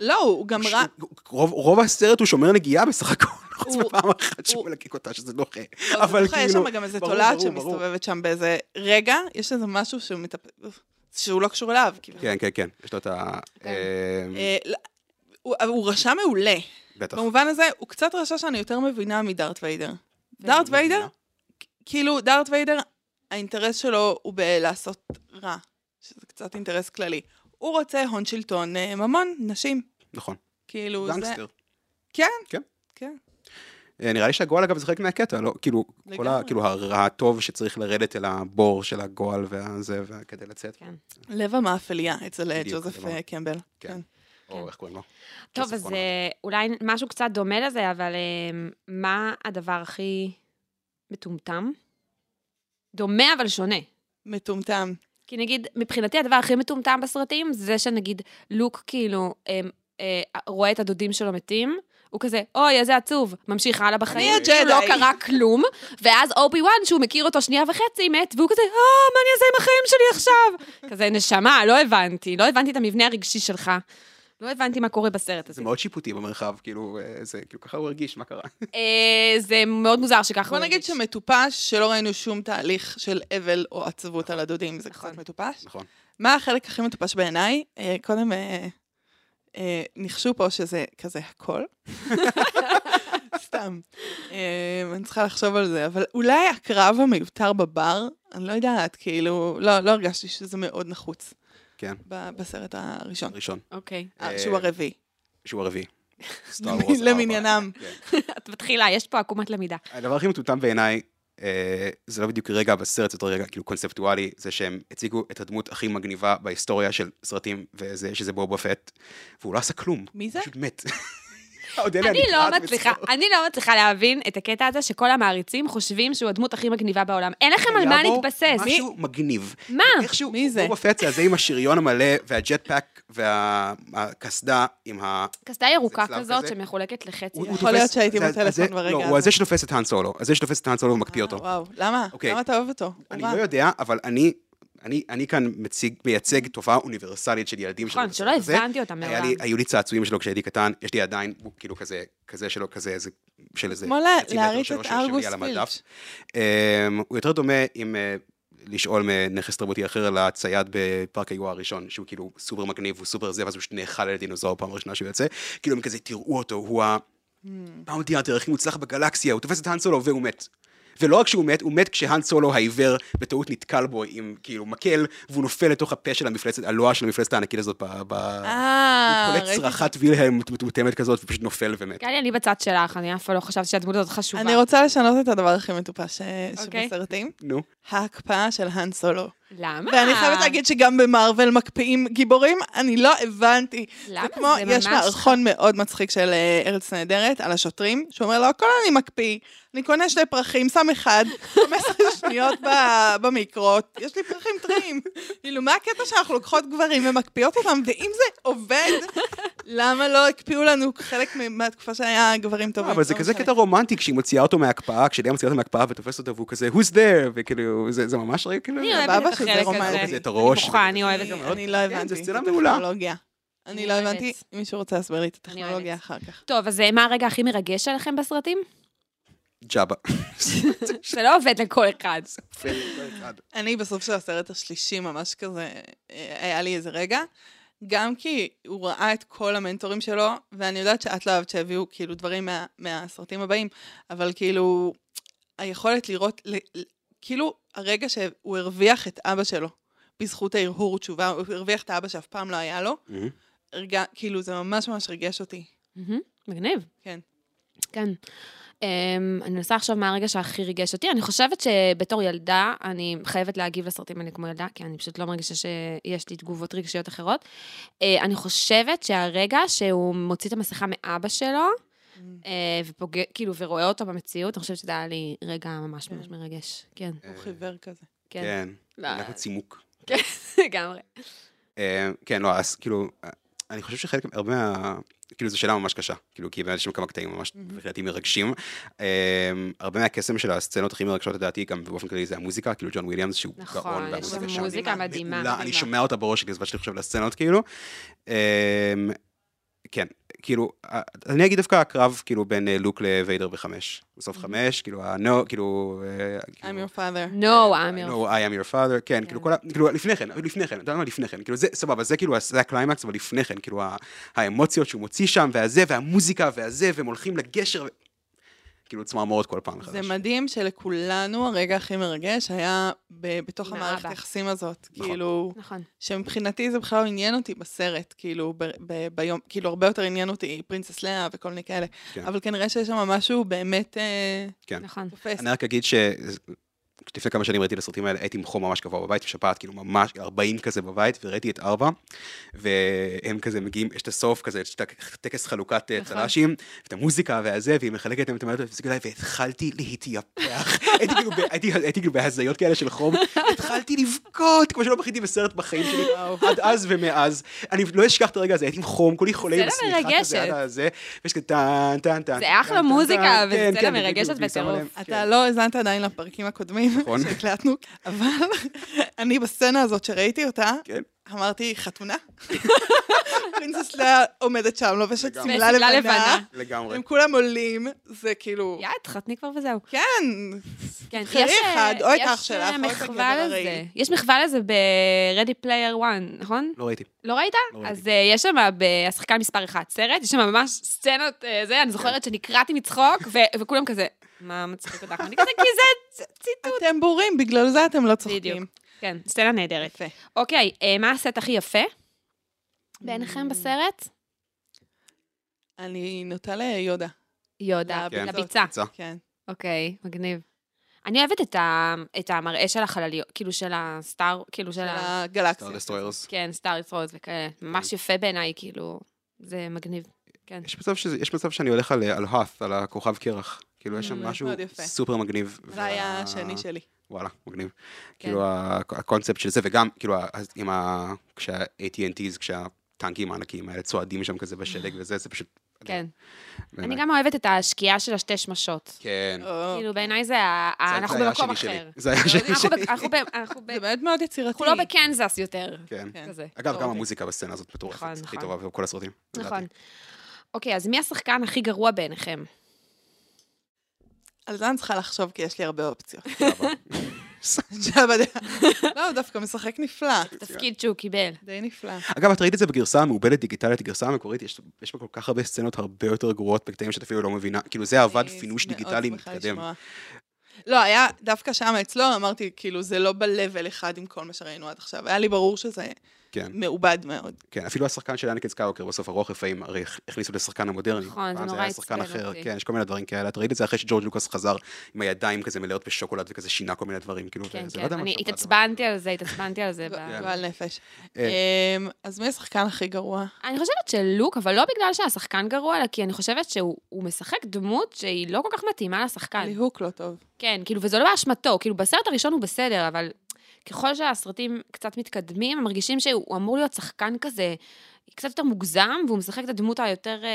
לא, הוא גם ש- רע... רוב, רוב הסרט הוא שומר נגיעה בסך הכל, חוץ הוא- מפעם אחת שהוא הוא- מלקק אותה, שזה לא חי. לא, אבל בטוחה, יש כאילו- שם גם איזה ברור, תולעת ברור, ברור. שמסתובבת שם באיזה רגע, יש איזה משהו שהוא מטפ... שהוא לא קשור אליו. כאילו. כן, כן, כן, יש לו את ה... כן. אה, אה, לא, הוא- אבל הוא רשע מעולה. בטח. במובן הזה, הוא קצת רשע שאני יותר מבינה מדארט ויידר. דארט כן, מבינה. ויידר, כ- כאילו, דארט ויידר, האינטרס שלו הוא בלעשות רע, שזה קצת אינטרס כללי. הוא רוצה הון שלטון, אה, ממון, נשים. נכון, כאילו, זה... גנגסטר. כן. אה, נראה לי שהגועל, אגב, זה חלק מהקטע, לא? כאילו, כל ה... לגמרי. כאילו, הרע הטוב שצריך לרדת אל הבור של הגועל והזה, וה- כדי לצאת. כן. לב המאפליה אצל אה, בדיוק, ג'וזף הדבר. אה, קמבל. כן. או איך קוראים לו? טוב, כסף אז קונה. אה, אולי משהו קצת דומה לזה, אבל אה, מה הדבר הכי מטומטם? דומה אבל שונה. מטומטם. כי נגיד, מבחינתי הדבר הכי מטומטם בסרטים זה שנגיד לוק כאילו אה, אה, רואה את הדודים שלו מתים, הוא כזה, אוי, איזה עצוב, ממשיך הלאה בחיים, אני כאילו לא הג'די. קרה כלום, ואז אובי וואן, שהוא מכיר אותו שנייה וחצי, מת, והוא כזה, אה, מה אני אעשה עם החיים שלי עכשיו? כזה, נשמה, לא הבנתי, לא הבנתי את המבנה הרגשי שלך. לא הבנתי מה קורה בסרט הזה. זה מאוד שיפוטי במרחב, כאילו, אה, זה, כאילו, ככה הוא הרגיש, מה קרה? אה, זה מאוד מוזר שככה בוא הוא נגיד הרגיש. שמטופש, שלא ראינו שום תהליך של אבל או עצבות על הדודים, זה קצת מטופש. נכון. מה החלק הכי מטופש בעיניי? אה, קודם אה, אה, ניחשו פה שזה כזה הכל. סתם. אה, אני צריכה לחשוב על זה, אבל אולי הקרב המיותר בבר, אני לא יודעת, כאילו, לא, לא הרגשתי שזה מאוד נחוץ. כן. ב- בסרט הראשון, ראשון, אוקיי. אה, שהוא הרביעי. שהוא הרביעי. Star Wars למי- ארבע. למניינם. כן. את מתחילה, יש פה עקומת למידה. הדבר הכי מטומטם בעיניי, אה, זה לא בדיוק רגע בסרט, זה יותר רגע כאילו קונספטואלי, זה שהם הציגו את הדמות הכי מגניבה בהיסטוריה של סרטים, וזה, שזה בובה פט, והוא לא עשה כלום. מי זה? הוא פשוט מת. עוד אלה, אני לא נקרעת מצליחה, מצחוק. אני לא מצליחה להבין את הקטע הזה שכל המעריצים חושבים שהוא הדמות הכי מגניבה בעולם. אין לכם על מה היה בו להתבסס. משהו מגניב. מה? איכשהו, אה, מי זה? בובה פט זה הזה עם השריון המלא, והג'ט פאק, והקסדה עם ה... קסדה ירוקה צלב כזאת כזה. שמחולקת לחצי. הוא- הוא יכול תופס- להיות שהייתי זה- בטלפון זה- ברגע לא, הזה. הוא הזה שתופס את האן סולו, הזה שתופס את האן סולו ומקפיא אותו. אה, וואו, למה? אוקיי. למה אתה אוהב אותו? הוא אני רע. לא יודע, אבל אני... אני, אני כאן מציג, מייצג תופעה אוניברסלית של ילדים נכון, שלא שלא הבנתי אותה היה מעולם. לי, היו לי צעצועים שלו כשהייתי קטן, יש לי עדיין, הוא כאילו כזה, כזה שלו, כזה, איזה, של איזה כמו לה- להריץ את ארגוס פילץ'. אמ, הוא יותר דומה אם אה, לשאול מנכס תרבותי אחר לצייד בפארק היו הראשון, שהוא כאילו סופר מגניב, הוא סופר זה, ואז הוא פשוט נאכל על דינוזאור פעם ראשונה שהוא יוצא, כאילו הם כזה, תראו אותו, הוא ה... Hmm. באונטי האנטר הכי מוצלח בגלקסיה, הוא תופס את האן סולו והוא מת. ולא רק שהוא מת, הוא מת כשהאן סולו העיוור בטעות נתקל בו עם כאילו מקל, והוא נופל לתוך הפה של המפלצת, הלוע של המפלצת הענקית הזאת, ב... ב... אה, הוא ראיתי קולט את צרחת וילהלם מטומטמת כזאת, ופשוט נופל ומת. גלי, אני בצד שלך, אני אף פעם לא חשבתי שהדמות הזאת חשובה. אני רוצה לשנות את הדבר הכי מטופש ש- אוקיי. שבסרטים, נו. ההקפאה של האן סולו. למה? ואני חייבת להגיד שגם במארוול מקפיאים גיבורים, אני לא הבנתי. למה? זה כמו, זה ממש- יש לא. מערכון מאוד מצחיק של אה, ארץ נהדרת על השוטרים, שאומר לו, הכל אני מקפיא, אני קונה שני פרחים, שם אחד, 15 שניות ב- במיקרות, יש לי פרחים טריים. כאילו, מה הקטע שאנחנו לוקחות גברים ומקפיאות אותם, ואם זה עובד, למה לא הקפיאו לנו חלק מ- מהתקופה שהיה גברים טובים? אבל זה לא כזה משנה. קטע רומנטי כשהיא מוציאה אותו מההקפאה, כשליה מוציאה אותו מההקפאה ותופסת אותו והוא כזה, who's there, וכאילו, זה זה ממש רגע כאילו... אני סבבה אוהבת את שזה לא החלק רומנטי. הזה. את הראש. אני בוכה, אני אוהבת את אני- זה. אני לא כן, הבנתי. זו סצנה את מעולה. הטכנולוגיה. אני לא אני אוהבת. הבנתי, אם מישהו רוצה להסביר לי את אני הטכנולוגיה אוהבת. אחר כך. טוב, אז אה, מה הרגע הכי מרגש שלכם בסרטים? ג'אבה. זה לא עובד לכל אחד. אני בסוף של הסרט השלישי ממש כזה, אה, היה לי איזה רגע. גם כי הוא ראה את כל המנטורים שלו, ואני יודעת שאת לא אהבת שהביאו כאילו דברים מה, מהסרטים הבאים, אבל כאילו, היכולת לראות, ל, ל- כאילו הרגע שהוא הרוויח את אבא שלו, בזכות ההרהור תשובה, הוא הרוויח את אבא שאף פעם לא היה לו, מהמם. הרגע, כאילו זה ממש ממש ריגש אותי. מהמם, מגניב. כן. כן. Um, אני מנסה עכשיו מה הרגע שהכי ריגש אותי. אני חושבת שבתור ילדה, אני חייבת להגיב לסרטים האלה כמו ילדה, כי אני פשוט לא מרגישה שיש לי תגובות רגשיות אחרות. Uh, אני חושבת שהרגע שהוא מוציא את המסכה מאבא שלו, uh, ופוגע, כאילו, ורואה אותו במציאות, אני חושבת שזה היה לי רגע ממש ממש מרגש. כן, הוא חיוור כזה. כן. כן, לא. אנחנו כן, צימוק. לגמרי. אה, כן, לא, אז כאילו, אה, אני חושב שחלק, הרבה מה... כאילו, זו שאלה ממש קשה, כאילו, כי באמת יש שם כמה קטעים ממש, מבחינתי, מרגשים. אה, הרבה מהקסם של הסצנות הכי מרגשות, לדעתי, גם באופן כללי, זה המוזיקה, כאילו, ג'ון וויליאמס, שהוא נכון, גאון, יש והמוזיקה שם שם מוזיקה מדהימה. מעולה, אני מדהימה. שומע אותה בראש שלי, בזמן שאני חושב על הסצנות, כאילו. אמ, כן, כאילו, ה- אני אגיד דווקא הקרב, כאילו, בין אה, לוק לוויידר בחמש. בסוף חמש, כאילו, ה-no, כאילו... אה, I'm כאילו, your father. No, I I'm your... know I am your father, כן, כאילו, כל ה... כאילו, לפני כן, לפני כן, אתה יודע מה לפני כן, כאילו, זה, סבבה, זה כאילו, זה הקליימקס, אבל לפני כן, כאילו, ה- האמוציות שהוא מוציא שם, והזה, והמוזיקה, והזה, והם הולכים לגשר, ו- כאילו, צמרמורות כל פעם מחדש. זה מדהים שלכולנו הרגע הכי מרגש היה ב- בתוך עם המערכת האבא. היחסים הזאת. נכון. כאילו, נכון. שמבחינתי זה בכלל לא עניין אותי בסרט, כאילו, ב- ב- ביום, כאילו, הרבה יותר עניין אותי פרינסס לאה וכל מיני כאלה. כן. אבל כנראה שיש שם משהו באמת אה, כן. נכון. תופס. אני רק אגיד ש... לפני כמה שנים ראיתי את הסרטים האלה, הייתי עם חום ממש גבוה בבית, בשפעת, כאילו ממש 40 כזה בבית, וראיתי את ארבע, והם כזה מגיעים, יש את הסוף כזה, יש את הטקס חלוקת אה, נכון. צל"שים, את המוזיקה והזה, והיא מחלקת להם את המעלות, והתחלתי להתייפח. הייתי כאילו ב- הייתי- הייתי כאילו בהזיות כאלה של חום, התחלתי לבכות, כמו שלא בכיתי בסרט בחיים שלי, עד אז ומאז. אני לא אשכח את הרגע הזה, הייתי עם חום, כולי חולה עם סצנה השמיכה כזה, עד לא מרגשת. הזה, ויש כזה טן, טן, טן. זה אחלה טן, טן, מוזיקה, טן, וזו כן, סצנה וכאילו, מרגשת והיא שמה בטירוף. להם- כן. אתה לא האזנת עדיין לפרקים הקודמים, נכון. שהקלטנו, אבל אני בסצנה הזאת שראיתי אותה, כן. אמרתי, חתונה? פרינסס לאה עומדת שם, לובשת לגמרי. שמלה ושמלה לבנה, לבנה. לגמרי. הם כולם עולים, זה כאילו, יאללה, תחתני כבר וזהו. כן, כן, תבחרי יש, אה, אחד, או את יש, אח שלך, אה, או את הגבר מחווה לזה. הרעיל. יש מחווה לזה ב-Ready Player One, נכון? לא ראיתי. לא ראית? לא ראיתי. אז אה, יש שם, השחקן מספר אחת סרט, יש שם ממש סצנות, אה, זה, כן. אני זוכרת שנקרעתי מצחוק, ו- וכולם כזה, מה מצחיק אותך? אני כזה, כי זה צ- ציטוט. אתם בורים, בגלל זה אתם לא צוחקים. בדיוק. כן, סצנה נהדרת. יפה. אוקיי, אה, מה הסט הכי יפה Mm. בעיניכם בסרט? אני נוטה ליודה, יודה, כן. לביצה. יצא. כן. אוקיי, מגניב. אני אוהבת את, ה, את המראה של החלליות, כאילו של הסטאר, כאילו של ה... הגלקסיה. סטאר דסטרוירס. כן, סטאר יצרות וכאלה. כן. ממש יפה בעיניי, כאילו, זה מגניב. כן. יש מצב, שזה, יש מצב שאני הולך על, על האת', על הכוכב קרח. כאילו, יש שם Mm, מאוד משהו יפה. סופר מגניב. זה היה השני שלי. וואלה, מגניב. כן. כאילו, ה- הקונספט של זה, וגם, כאילו, ה- אז עם ה... כשה-AT&T's, כשהטנקים הענקים האלה צועדים שם כזה בשלג וזה, זה פשוט... כן. בעיניי. Mm. אני גם אוהבת את השקיעה של השתי שמשות. כן. או, כאילו, בעיניי זה ה... זה- ה- זה אנחנו היה במקום השני שלי. אחר. זה היה השני אנחנו שלי. ב- אנחנו ב- אנחנו ב- זה באמת מאוד יצירתי. אנחנו לא בקנזס יותר. כן. כן. כזה. אגב, גם אוקיי. המוזיקה בסצנה הזאת מטורפת. נכון, הכי נכון. טובה בכל הסרטים. נכון. לדעתי. אוקיי, אז מי השחקן הכי גרוע בעיניכם? על זה אני צריכה לחשוב, כי יש לי הרבה אופציות. סבבה. ג'אבדה. לא, הוא דווקא משחק נפלא. תפקיד שהוא קיבל. די נפלא. אגב, את ראית את זה בגרסה המעובדת דיגיטלית, הגרסה המקורית, יש יש בה כל כך הרבה סצנות הרבה יותר גרועות בקטעים שאת אפילו לא מבינה. כאילו, זה עבד אה, אני פינוש מאוד דיגיטלי שמחה מתקדם. לשמוע. לא, היה דווקא שם אצלו, אמרתי, כאילו, זה לא ב-level אחד עם כל מה שראינו עד עכשיו. היה לי ברור שזה כן, מעובד מאוד. כן. אפילו השחקן של אנקל סקאוקר בסוף, הרוח רפאים, הרי הכניסו לשחקן המודרני. נכון, זה פעם נורא היה שחקן עצבן אחר, אותי. כן, יש כל מיני דברים כאלה. את ראית את זה אחרי שג'ורג' לוקאס חזר עם הידיים כזה מלאות בשוקולד וכזה שינה כל מיני דברים. כאילו, כן, זה לא כן. יודע מה אני שם, התעצבנתי על זה, התעצבנתי על זה. ב- גועל נפש. אה. אמ, אז מי השחקן הכי גרוע? אני חושבת שלוק, אבל לא בגלל שהשחקן גרוע, אלא כי אני חושבת שהוא הוא משחק דמות שהיא לא כל כך מתאימה לשחקן. ליהוק לא טוב. כן, כאילו, וזה לא באשמתו. כאילו, בסרט הראשון הוא בסדר, אבל ככל שהסרטים קצת מתקדמים, הם מרגישים שהוא אמור להיות שחקן כזה קצת יותר מוגזם, והוא משחק את הדמות היותר, אה,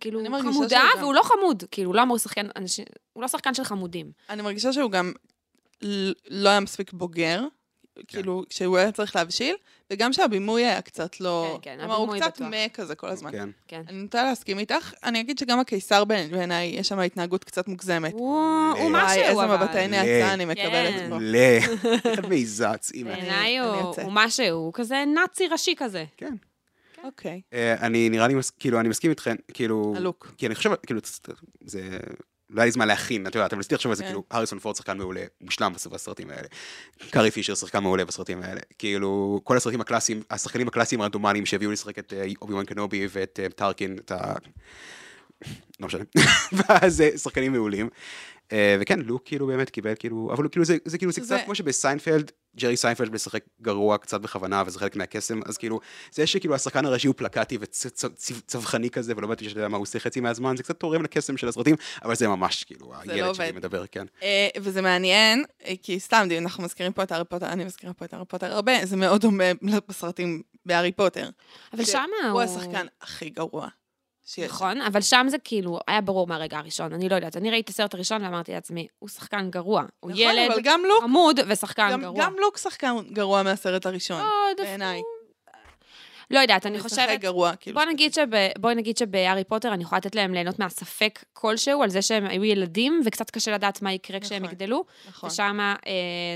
כאילו, אני מרגישה חמודה, שזה גם- והוא לא חמוד. כאילו, הוא לא אמור לשחקן אנשים, הוא לא שחקן של חמודים. אני מרגישה שהוא גם ל- לא היה מספיק בוגר, כן. כאילו, כשהוא היה צריך להבשיל, וגם שהבימוי היה קצת לא... כן, כן, כלומר, הוא הבימוי קצת בטוח. מה כזה כל הזמן. כן. כן. אני נוטה להסכים איתך. אני אגיד שגם הקיסר בעיני- בעיניי, יש שם התנהגות קצת מוגזמת. הוא אה, הוא וואי, משהו, איזה אבל. מבטי אה. נאצה אני מקבלת כן. פה. ל... את מעיזה, צאימה. בעיניי אני- אני הוא יוצאת. הוא משהו, הוא כזה נאצי ראשי כזה. כן. אוקיי. אה, אני נראה לי, מס- כאילו, אני מסכים איתכן, כאילו... הלוק. כי אני חושב, כאילו, צ- צ- זה... לא היה לי זמן להכין, את יודעת, אבל ניסיתי לחשוב על זה, כן. כאילו, הריסון פורד שחקן מעולה, מושלם בסוף הסרטים האלה. קארי פישר שחקן מעולה בסרטים האלה. כאילו, כל הסרטים הקלאסיים, השחקנים הקלאסיים הרנדומליים שהביאו לשחק את אה, אובי-וואן קנובי ואת אה, טארקין, את ה... לא משנה. ואז אה, שחקנים מעולים. אה, וכן, לוק כאילו באמת קיבל כאילו, אבל הוא כאילו זה, זה כאילו זה זה- קצת כמו שבסיינפלד, ג'רי סיינפלד משחק גרוע קצת בכוונה וזה חלק מהקסם, אז כאילו, זה שכאילו השחקן הראשי הוא פלקטי וצווחני כזה ולא באמת שאתה יודע מה הוא עושה חצי מהזמן, זה קצת תורם לקסם של הסרטים, אבל זה ממש כאילו, לא הילד שלי עובד. מדבר, כן. אה, וזה מעניין, אה, כי סתם, אנחנו מזכירים פה את הארי פוטר, אני מזכירה פה את הארי פוטר הרבה, זה מאוד דומה בסרטים בהארי פוטר. אבל ש- שמה הוא... הוא השחקן הכי גרוע. שיש. נכון, אבל שם זה כאילו, היה ברור מהרגע הראשון, אני לא יודעת. אני ראיתי את הסרט הראשון ואמרתי לעצמי, הוא שחקן גרוע. הוא נכון, ילד אבל גם לוק, חמוד ושחקן גם- גרוע. גם לוק שחקן גרוע מהסרט הראשון, לא, דווקא- בעיניי. לא יודעת, אני משחק חושבת... גרוע, כאילו. בוא נגיד, שב, בוא נגיד שבהארי פוטר אני יכולה לתת להם ליהנות מהספק כלשהו, על זה שהם היו ילדים, וקצת קשה לדעת מה יקרה כשהם נכון. יגדלו. נכון. ושם אה,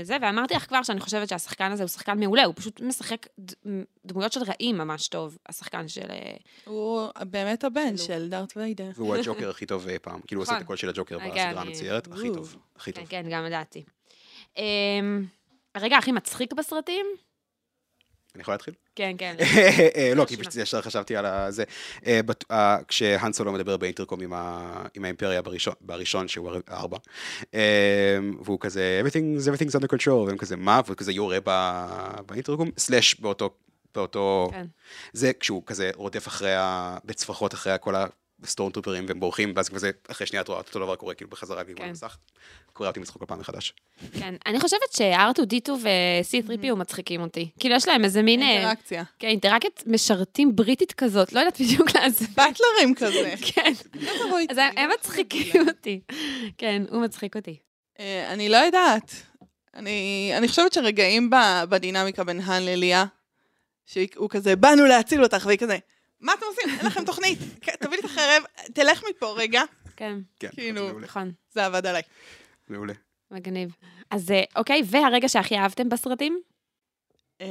זה, ואמרתי לך כבר שאני חושבת שהשחקן הזה הוא שחקן מעולה, הוא פשוט משחק ד, דמויות של רעים ממש טוב, השחקן של... אה, הוא באמת הבן לוק. של דארט ויידר. והוא הג'וקר הכי טוב אי פעם, כאילו הוא עושה את נכון. הקול של הג'וקר אה, כן, בסדרה אני- המצוירת, הכי וואו. טוב, הכי כן, טוב. כן, גם לדעתי. אה, הרגע הכי מצחיק בסרטים? אני יכול להתחיל? כן, כן. אה, לא, כי רשימה. פשוט ישר חשבתי על זה. אה, בת- אה, כשהאן סולו מדבר באינטרקום עם ה- עם האימפריה בראשון- בראשון, שהוא הר- הארבע, אה, והוא כזה, everything's everything's under control, והם כזה, מה? והוא כזה יורה ב- באינטרקום, סלאש באותו, באותו, כן. זה כשהוא כזה רודף אחרי, ה- בצווחות אחרי כל הסטורם טרופרים והם בורחים, ואז כזה, אחרי שנייה את רואה אותו דבר קורה, כאילו בחזרה, כאילו, כן. במסך. קורא אותי מצחוק כל פעם מחדש. כן, אני חושבת ש-R2D2 ו-C3PO מצחיקים אותי. כאילו, יש להם איזה מין... אה, אינטראקציה. כן, אינטראקט משרתים בריטית כזאת, לא יודעת בדיוק להסביר. באטלרים כזה. כן, תבואי איתי. אז הם מצחיקים אותי. כן, הוא מצחיק אותי. אה, אני לא יודעת. אני, אני חושבת שרגעים ב, בדינמיקה בין האן לליה, שהוא כזה, באנו להציל אותך, והיא כזה, מה אתם עושים? אין לכם תוכנית, כן, תביא לי את החרב, תלך מפה רגע. כן, כן, כאילו. זה מעולה, נכון, זה עבד עליי. מעולה. מגניב. אז אה, אוקיי, והרגע שהכי אהבתם בסרטים? אמ,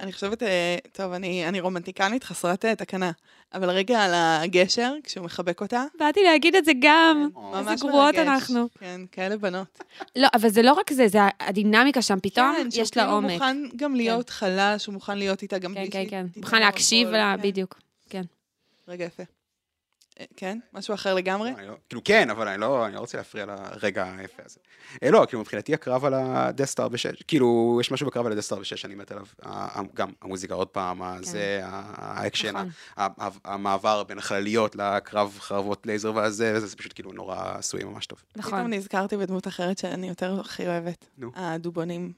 אני חושבת, אה, טוב, אני, אני רומנטיקנית חסרת אה, תקנה, אבל רגע על הגשר, כשהוא מחבק אותה, באתי להגיד את זה גם. ממש איזה גרועות מרגש. אנחנו. כן, כאלה בנות. לא, אבל זה לא רק זה, זה הדינמיקה שם, פתאום כן, שהוא יש לה כאילו עומק. מוכן גם להיות חלש, הוא מוכן להיות איתה גם כן, בלי כן, שהיא כן. תיתן מוכן לו להקשיב הכל. לה, כן, בדיוק. רגע יפה. אה, כן? משהו אחר לגמרי? אני לא- כאילו כן, אבל אני לא אני לא רוצה להפריע לרגע היפה הזה. אה, לא, כאילו מבחינתי הקרב על הדסטאר בשש, כאילו יש משהו בקרב על הדסטאר בשש שאני מת עליו, ה- ה- גם המוזיקה עוד פעם, הזה, ה- האקשן, ה- נכון. ה- ה- המעבר בין החלליות לקרב חרבות לייזר והזה, וזה זה פשוט כאילו נורא עשוי ממש טוב. נכון. פתאום נזכרתי בדמות אחרת שאני יותר הכי אוהבת. נו. הדובונים.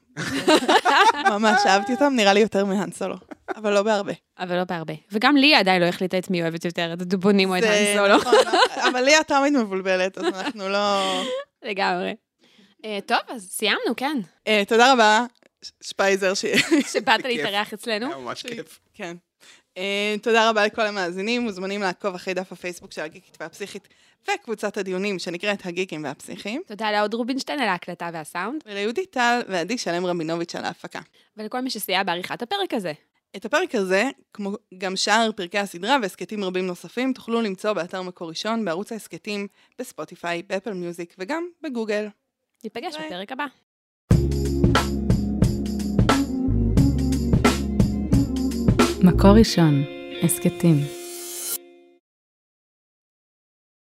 ממש אהבתי אותם, נראה לי יותר מהאן סולו. אבל לא בהרבה. אבל לא בהרבה. וגם לי עדיין לא החליטה את מי אוהבת יותר, את הדובונים או את האן סולו. נכון, אבל לי את תמיד מבולבלת, אז אנחנו לא... לגמרי. אה, טוב, אז סיימנו, כן. אה, תודה רבה, ש- שפייזר, ש... שבאת בכיף. להתארח אצלנו. היה ממש כיף. כן. אה, תודה רבה לכל המאזינים, מוזמנים לעקוב אחרי דף הפייסבוק של הגיקית והפסיכית וקבוצת הדיונים שנקראת הגיקים והפסיכים, תודה לאהוד רובינשטיין על ההקלטה והסאונד, וליהודי טל ועדי שלם רבינוביץ' על ההפקה. ולכל מי שסייע בעריכת הפרק הזה. את הפרק הזה, כמו גם שאר פרקי הסדרה והסכתים רבים נוספים, תוכלו למצוא באתר מקור ראשון, בערוץ ההסכתים, בספוטיפיי, באפל מיוזיק וגם בגוגל. ניפגש ביי. בפרק הבא. מקור ראשון, הסכתים.